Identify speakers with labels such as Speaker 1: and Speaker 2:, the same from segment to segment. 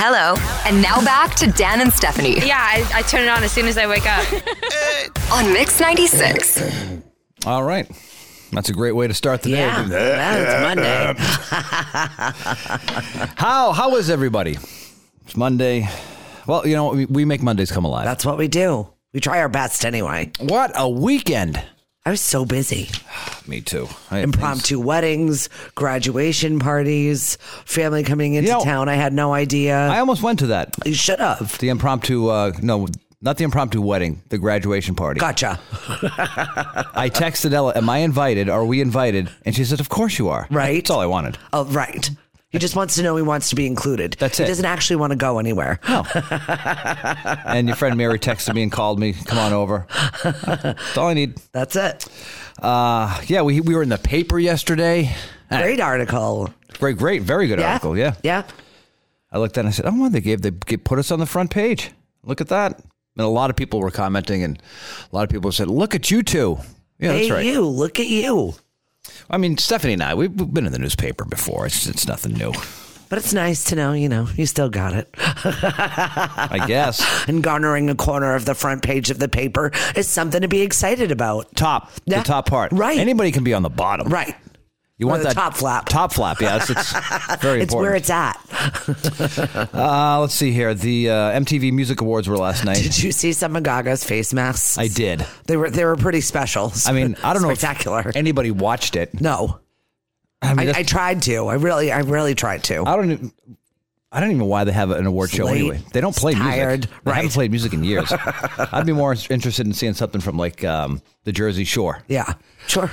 Speaker 1: Hello. And now back to Dan and Stephanie
Speaker 2: Yeah, I, I turn it on as soon as I wake up.
Speaker 1: on Mix 96.
Speaker 3: All right. That's a great way to start the
Speaker 4: Yeah.
Speaker 3: day.
Speaker 4: Well, it's Monday.
Speaker 3: How how is everybody? It's Monday. Well, you know, we, we make Mondays come alive.
Speaker 4: That's what we do. We try our best anyway.
Speaker 3: what a weekend.
Speaker 4: I was so busy.
Speaker 3: Me too. I-
Speaker 4: Impromptu weddings, graduation parties, family coming into
Speaker 3: You know,
Speaker 4: town. I had no idea.
Speaker 3: I almost went to that.
Speaker 4: you should have.
Speaker 3: The impromptu uh no, not the impromptu wedding, the graduation party.
Speaker 4: Gotcha.
Speaker 3: I texted Ella, am I invited? Are we invited? And she said, of course you are.
Speaker 4: Right.
Speaker 3: That's all I wanted.
Speaker 4: Oh, right. He just wants to know he wants to be included.
Speaker 3: That's
Speaker 4: he
Speaker 3: it.
Speaker 4: doesn't actually want to go anywhere.
Speaker 3: No. and your friend Mary texted me and called me, come on over. That's all I need.
Speaker 4: That's it.
Speaker 3: Uh, yeah, we, we were in the paper yesterday.
Speaker 4: Great article.
Speaker 3: Great, great, very good
Speaker 4: Yeah.
Speaker 3: article. Yeah.
Speaker 4: Yeah.
Speaker 3: I looked at it and I said, oh, well, they gave, they g- put us on the front page. Look at that. And a lot of people were commenting and a lot of people said, look at you two. Yeah, that's
Speaker 4: hey,
Speaker 3: right.
Speaker 4: you. Look at you.
Speaker 3: I mean, Stephanie and I, we've we've been in the newspaper before. It's, it's nothing new,
Speaker 4: But it's nice to know, you know, you still got it.
Speaker 3: I guess.
Speaker 4: And garnering a corner of the front page of the paper is something to be excited about.
Speaker 3: Top,
Speaker 4: Yeah.
Speaker 3: the top part.
Speaker 4: Right.
Speaker 3: Anybody can be on the bottom.
Speaker 4: Right.
Speaker 3: You
Speaker 4: Or
Speaker 3: want
Speaker 4: the
Speaker 3: that
Speaker 4: top flap.
Speaker 3: Top flap. Yeah, it's, it's very important.
Speaker 4: It's where it's at.
Speaker 3: Uh, let's see here. The uh, MTV Music Awards were last night.
Speaker 4: Did you see some of Gaga's face masks?
Speaker 3: I did.
Speaker 4: They were they were pretty special.
Speaker 3: I mean, I don't know if
Speaker 4: spectacular.
Speaker 3: anybody watched it.
Speaker 4: no,
Speaker 3: I mean,
Speaker 4: I, I
Speaker 3: that's- Uh,
Speaker 4: tried to. I really, I really tried to.
Speaker 3: I, don't. even- I don't even know why they have an award
Speaker 4: It's
Speaker 3: show
Speaker 4: late.
Speaker 3: anyway. They don't
Speaker 4: It's
Speaker 3: play music.
Speaker 4: tired.
Speaker 3: They
Speaker 4: Right.
Speaker 3: haven't played music in years. I'd be more interested in seeing something from like um, the Jersey Shore.
Speaker 4: yeah, sure.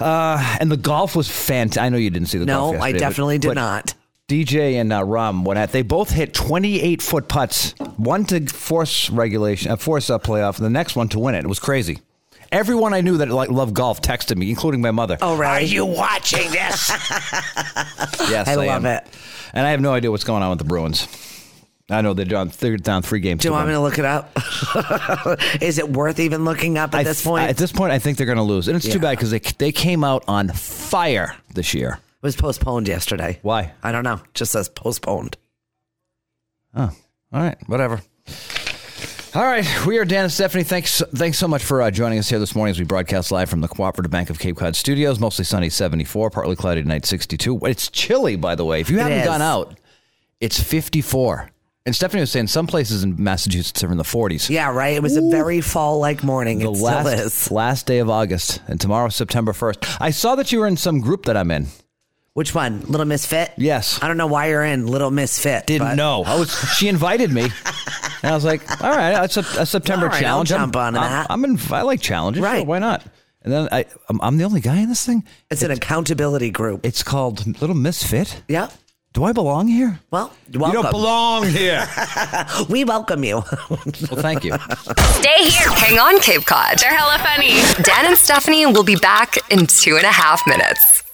Speaker 3: And the golf was fantastic. I know you didn't see the golf.
Speaker 4: No, I
Speaker 3: yesterday, but-
Speaker 4: definitely did
Speaker 3: but
Speaker 4: not.
Speaker 3: DJ and uh, Rom went at. They both hit 28 foot putts, one to force regulation, uh, force a playoff, and the next one to win it. It was crazy. Everyone I knew that like loved golf texted me, including my mother.
Speaker 4: Oh, really?
Speaker 3: Are you watching this? yes,
Speaker 4: I
Speaker 3: I, am.
Speaker 4: love it.
Speaker 3: And I have no idea what's going on with the Bruins. I know they're down, they're down three games.
Speaker 4: Do you
Speaker 3: to
Speaker 4: want me
Speaker 3: one.
Speaker 4: to look it up? Is it worth even looking up at
Speaker 3: I
Speaker 4: this
Speaker 3: th-
Speaker 4: point?
Speaker 3: At this point, I think they're going to lose, and it's
Speaker 4: Yeah.
Speaker 3: too bad because they they came out on fire this year.
Speaker 4: it was postponed yesterday.
Speaker 3: Why?
Speaker 4: I don't know. Just says postponed.
Speaker 3: Oh, all right, whatever. All right, we are Dan and Stephanie. Thanks, thanks so much for uh, joining us here this morning as we broadcast live from the Cooperative Bank of Cape Cod studios. Mostly sunny, seventy-four, partly cloudy tonight, sixty-two. It's chilly, by the way. If you haven't
Speaker 4: is.
Speaker 3: gone out, it's fifty-four. And Stephanie was saying some places in Massachusetts are in the forties.
Speaker 4: Yeah, right. It was a very fall like morning.
Speaker 3: the
Speaker 4: it still is.
Speaker 3: last last day of August, and tomorrow's September first. I saw that you were in some group that I'm in.
Speaker 4: Which one? Little Misfit?
Speaker 3: Yes.
Speaker 4: I don't know why you're in Little Misfit.
Speaker 3: Didn't
Speaker 4: but-
Speaker 3: know. I was. She invited me, and I was like, "All right, that's a, a September
Speaker 4: All right, I'll
Speaker 3: challenge.
Speaker 4: jump on
Speaker 3: I'm,
Speaker 4: that.
Speaker 3: I'm in. I like challenges. Right?
Speaker 4: Right.
Speaker 3: why not? And then I, I'm, I'm the only guy in this thing.
Speaker 4: It's an accountability group.
Speaker 3: It's called Little Misfit.
Speaker 4: yeah.
Speaker 3: Do I belong here?
Speaker 4: Well, welcome.
Speaker 3: belong here.
Speaker 4: we welcome you.
Speaker 3: well, thank you.
Speaker 1: Stay here. Hang on, Cape Cod.
Speaker 2: They're hella funny.
Speaker 1: Dan and Stephanie will be back in two and a half minutes.